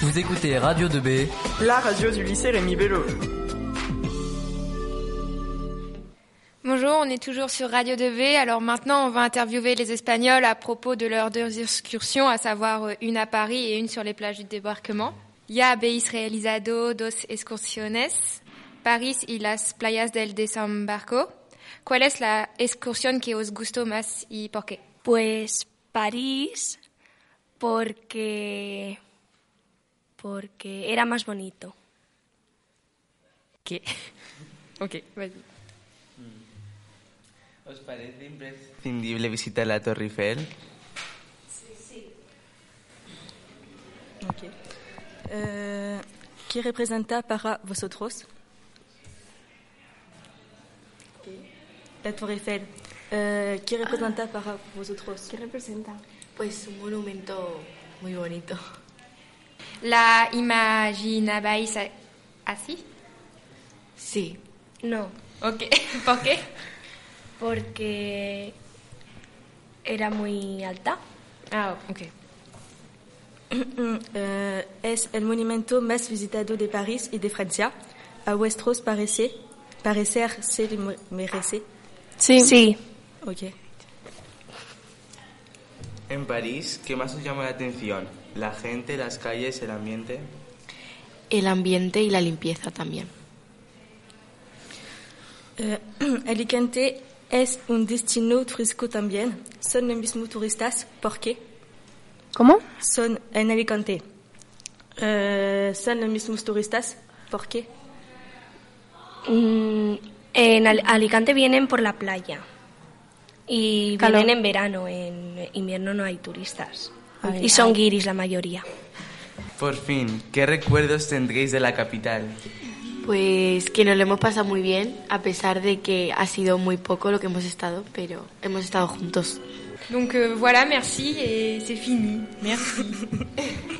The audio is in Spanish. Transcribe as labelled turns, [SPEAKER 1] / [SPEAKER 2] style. [SPEAKER 1] Vous écoutez Radio 2B.
[SPEAKER 2] La radio du lycée Rémi Bello.
[SPEAKER 3] Bonjour, on est toujours sur Radio 2V. Alors maintenant, on va interviewer les Espagnols à propos de leurs deux excursions, à savoir euh, une à Paris et une sur les plages du débarquement. Ya habéis realizado dos excursiones, Paris y las playas del desembarco. ¿Cuál es la excursión que os gustó más y por qué?
[SPEAKER 4] Pues París, porque, porque era más bonito.
[SPEAKER 5] ¿Qué? Ok, vas-y.
[SPEAKER 6] ¿Os parece imprescindible visitar la Torre Eiffel?
[SPEAKER 7] Ok. Eh, ¿Qué representa para vosotros? La Torre Eiffel. Eh, ¿Qué representa para vosotros?
[SPEAKER 8] ¿Qué representa? Pues un monumento muy bonito.
[SPEAKER 3] ¿La imaginabais a- así?
[SPEAKER 8] Sí.
[SPEAKER 4] No,
[SPEAKER 3] Ok, ¿por qué?
[SPEAKER 4] porque era muy alta.
[SPEAKER 5] Ah, ok.
[SPEAKER 7] Eh, es el monumento más visitado de París y de Francia. A vuestros parecer, parecer se lo merece.
[SPEAKER 4] Sí. Sí.
[SPEAKER 7] Ok.
[SPEAKER 6] En París, ¿qué más os llama la atención? La gente, las calles, el ambiente.
[SPEAKER 8] El ambiente y la limpieza también.
[SPEAKER 7] Eh, Alicante es un destino turístico también. Son los mismos turistas porque
[SPEAKER 5] ¿Cómo?
[SPEAKER 7] son en Alicante. Eh, son los mismos turistas porque
[SPEAKER 4] Mm, en Al- Alicante vienen por la playa. Y
[SPEAKER 5] Calor.
[SPEAKER 4] vienen en verano, en invierno no hay turistas.
[SPEAKER 5] Ay,
[SPEAKER 4] y son guiris la mayoría.
[SPEAKER 6] Por fin, ¿qué recuerdos tendréis de la capital?
[SPEAKER 8] Pues que nos lo hemos pasado muy bien, a pesar de que ha sido muy poco lo que hemos estado, pero hemos estado juntos.
[SPEAKER 3] Donc euh, voilà, merci et c'est fini. Merci.